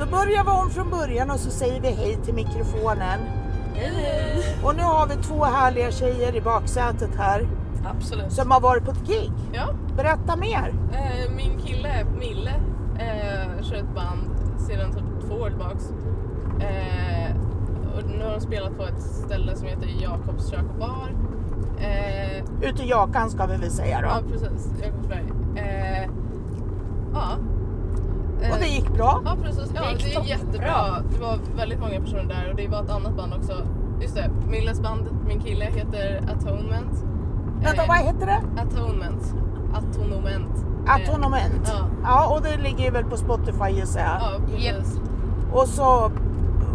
Då börjar vi om från början och så säger vi hej till mikrofonen. Och nu har vi två härliga tjejer i baksätet här Absolut. som har varit på ett gig. Ja, Berätta mer! eh, min kille Mille eh, kör ett band sedan typ två år tillbaks. Eh, och nu har de spelat på ett ställe som heter Jakobs kök och bar. Eh, Ute i Jakan ska vi väl säga ja. då. precis. Jakobsberg. Eh, ja. Eh, Och det gick bra. Ja, precis. Ja, Det gick det är toppen. jättebra. Det var väldigt många personer där och det var ett annat band också. Just det, Milles band, min kille, heter Atonement. Vänta, Eh, vad heter det? Atonement. Atonement. Eh, Atonement. Ja. Ja, och det ligger väl på Spotify gissar jag. Eh, Ja, precis. Och så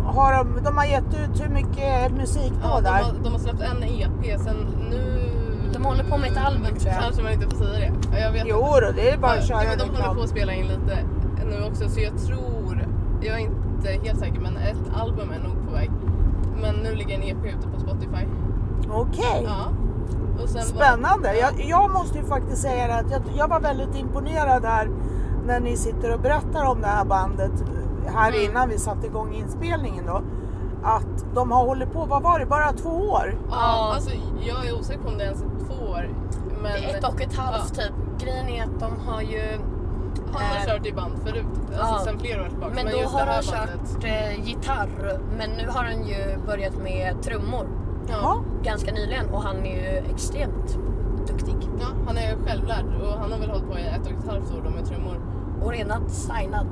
har de, de har gett ut hur mycket musik då Ja, de, där? har, de har släppt en EP sen nu... Mm, De håller på med ett album, tror jag. Kanske man inte får säga det. Jag vet Jo då, det är bara Ja, att köra nej, men De håller reklam. på att spela in lite nu också så jag tror, jag är inte helt säker men ett album är nog på väg. Men nu ligger en EP ute på Spotify. Okej. Ja. Och sen Spännande! Jag, jag måste ju faktiskt säga det att jag, jag var väldigt imponerad här när ni sitter och berättar om det här bandet här Mm. innan vi satte igång inspelningen då. Att de har hållit på, vad var det, bara två år? Var, ja, Ja. alltså, jag är osäker på om det ens är två år. Men Det är ett och ett halvt typ. Grejen är att de har ju... han har eh, kört i band förut, alltså ja. sen flera år tillbaka. Men då just har det han här bandet- kört eh, gitarr. Men nu har han ju börjat med trummor Ja. Ja. ganska nyligen och han är ju extremt duktig. Ja, han är självlärd och han har väl hållit på i ett och ett halvt år då med trummor. Och redan signad.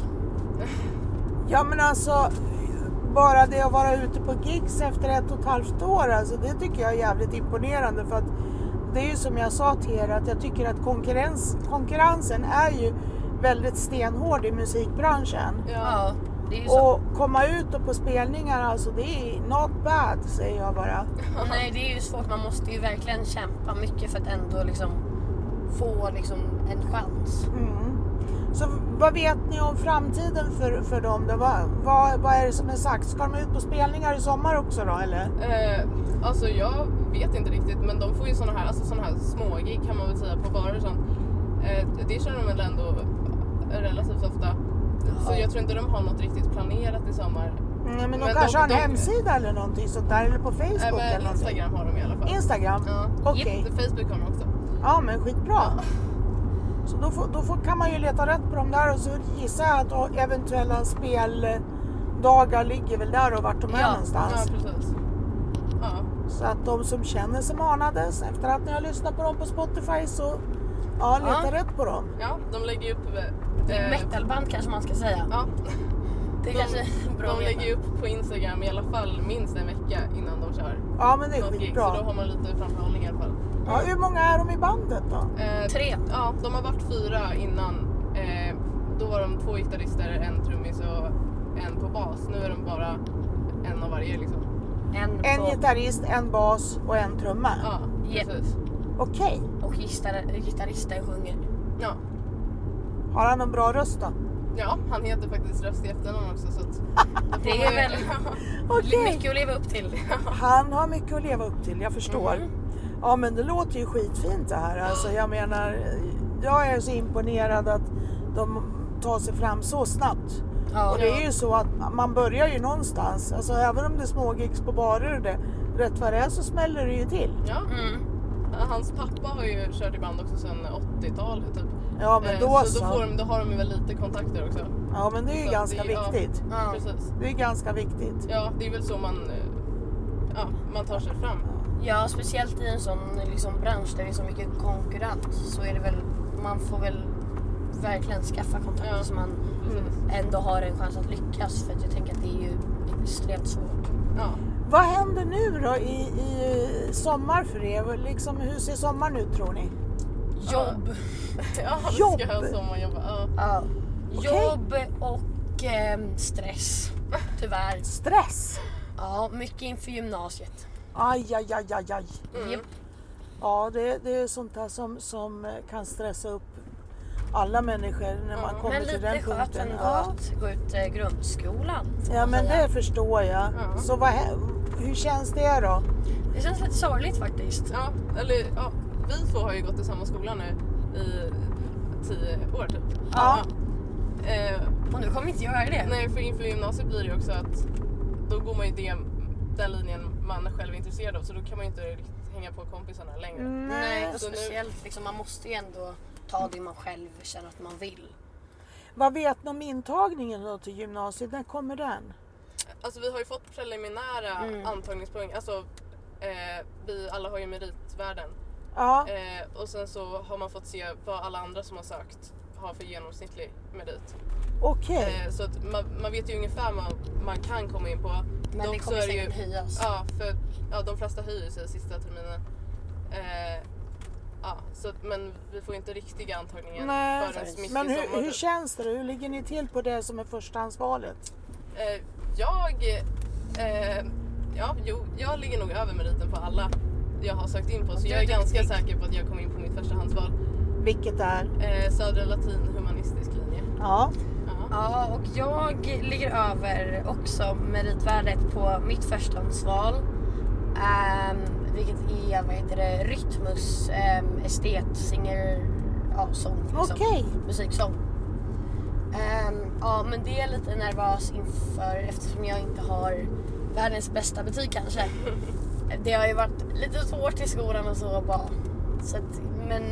ja men alltså, bara det att vara ute på gigs efter ett och ett halvt år, alltså det tycker jag är jävligt imponerande för att det är ju som jag sa till er att jag tycker att konkurrens, konkurrensen är ju väldigt stenhård i musikbranschen. Ja, det är ju Liksom. så. Och komma ut och på spelningar, alltså det är not bad säger jag bara. Och nej, det är ju svårt. Man måste ju verkligen kämpa mycket för att ändå liksom få liksom en chans. Mm. Så vad vet ni om framtiden för, för dem då? Vad, vad, vad är det som är sagt? Ska de ut på spelningar i sommar också då eller? Eh, alltså jag vet inte riktigt men de får ju såna här, alltså såna här smågig kan man väl säga på barer och sånt. Eh, det kör de väl ändå relativt ofta. Så jag tror inte de har något riktigt planerat i sommar. Eh, Mm, men de Men kanske de- har en de- hemsida eller någonting sånt där eller på Facebook eller Eh, men någonting? Instagram har de i alla fall. Instagram? Ja. alltså. Okej. Facebook har de också. Ja men skitbra. Så då, får, då får, kan man ju leta rätt på dem där och så gissar jag att då eventuella speldagar ligger väl där och vart de är Ja, någonstans. Ja, precis. Ja. Så att de som känner sig manade efter att ni har lyssnat på dem på Spotify så ja, leta Ja. rätt på dem. ja, de lägger ju upp... Det är eh, metalband kanske man ska säga. Ja, det är kanske är bra de att lägger veta. ju upp på Instagram i alla fall minst en vecka innan de kör. Ja men det är något gig, Så då skitbra. har man lite framförhållning i alla fall. Ja, hur många är de i bandet då? Eh, Tre. Ja, de har varit fyra innan. Eh, då var de två gitarrister, en trummis och en på bas. Nu är de bara en av varje liksom. En, En på, gitarrist, en bas och en trumma. Ja, Japp. precis. Okej. och gitarr, gitarristen sjunger. Ja. Har han en bra röst då? ja, han heter faktiskt Röst i efternamn också så att... Det är väl Okej. mycket att leva upp till. Han har mycket att leva upp till, jag förstår. Mhm. Ja men det låter ju skitfint det här. Alltså, jag menar, jag är så imponerad att de tar sig fram så snabbt. Ja. Och det är ju så att man börjar ju någonstans. Alltså även om det är smågigs på barer och det. Rätt vad det är så smäller det ju till. Ja, Mm. hans pappa har ju kört i band också sedan 80-talet typ. Ja men Eh, då så. så. Då, får de, då har de ju väl lite kontakter också. Ja men det är så ju att ganska det- ja. viktigt. Ja. Precis. Det är ganska viktigt. Ja, det är väl så man, eh, ja, man tar sig fram. ja, speciellt i en sån liksom, bransch där det är så mycket konkurrens så är det väl, man får väl verkligen skaffa kontakter Ja. så man Precis. ändå har en chans att lyckas för att jag tänker att det är ju extremt svårt. Ja. Vad händer nu då i, i sommar för er? Liksom, hur ser sommaren ut tror ni? Jobb. ja, det Jobb. ska jag sommarjobba. Ja. Ja. Okej. Jobb och ehm, stress. Tyvärr. Stress? Ja, mycket inför gymnasiet. Aj, aj, aj, aj, aj. Japp. Ja, det, det är sånt här som, som kan stressa upp alla människor när man Ja, kommer Men till lite den skönt punkten. ändå Ja, att gå ut eh, grundskolan. får ja, man men säga. det förstår jag. Ja. Så vad, hä- hur känns det då? det känns lite sorgligt faktiskt. Ja, eller ja, vi två har ju gått i samma skola nu i tio år typ. Ja. Eh, Och nu kommer inte jag göra det. Nej, för inför gymnasiet blir det ju också att då går man ju det, den linjen man själv är intresserad av så då kan man ju inte riktigt hänga på kompisarna längre. Mm. Nej, Nej. och så nu- speciellt liksom, man måste ju ändå ta det man själv känner att man vill. Vad vet ni om intagningen då till gymnasiet? När kommer den? Alltså vi har ju fått preliminära Mm. antagningspoäng. Alltså eh, vi alla har ju meritvärden. Ja, Eh, och sen så har man fått se vad alla andra som har sökt har för genomsnittlig merit. okej. Eh, så att man, man vet ju ungefär vad man kan komma in på. Men Dock det så kommer är det säkert ju- höjas. Ja, för ja, de flesta höjer sig sista terminen. Eh, ja, så, att- men vi får ju inte riktiga antagningar Nej. förrän mitt Men i sommar. hur, hur typ. känns det? då? Hur ligger ni till på det som är förstahandsvalet? Eh, jag, eh, ja, jo, jag ligger nog över meriten på alla jag har sökt in på så Du jag är är ganska duktig. säker på att jag kommer in på mitt förstahandsval. Vilket är? Eh, södra latin, humanistisk linje. Ja. Ja. Ja, och jag ligger över också meritvärdet på mitt förstahandsval. Um, vilket är, vad heter det, Rytmus, ehm, estet, singer, ja, sång. liksom. Okej. Musiksång. Ehm, ja, men det är jag lite nervös inför eftersom jag inte har världens bästa betyg kanske. Det har ju varit lite svårt i skolan och så bara. Så att, men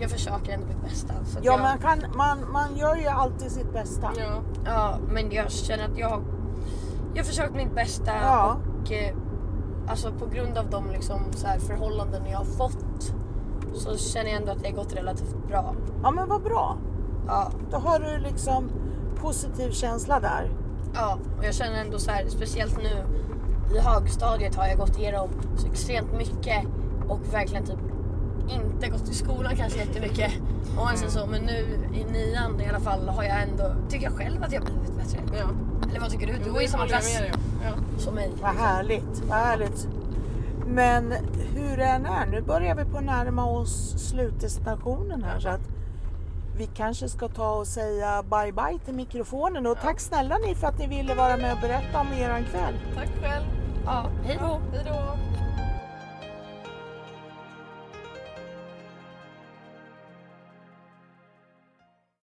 jag försöker ändå mitt bästa. Så att Ja, jag- man, kan, man, man gör ju alltid sitt bästa. Ja. Ja, men jag känner att jag jag har försökt mitt bästa Ja. och eh, alltså på grund av de liksom, så här, förhållanden jag har fått så känner jag ändå att det har gått relativt bra. Ja, men vad bra. Ja, Då har du liksom positiv känsla där. ja. och jag känner ändå så här, speciellt nu i högstadiet har jag gått igenom så extremt mycket och verkligen typ inte gått i skolan kanske jättemycket. Och ens så, men nu i nian i alla fall har jag ändå, tycker jag själv att jag har blivit bättre. Ja. Eller vad tycker du? Du Jo, går Mm, i det samma håller jag klass med dig om. Ja. som mig. Vad härligt, vad härligt. Men hur det än är, nu börjar vi på att närma oss slutdestinationen här så att vi kanske ska ta och säga bye bye till mikrofonen och tack snälla ni för att ni ville vara med och berätta om eran kväll. Tack själv. Ja, hej då! Hej då.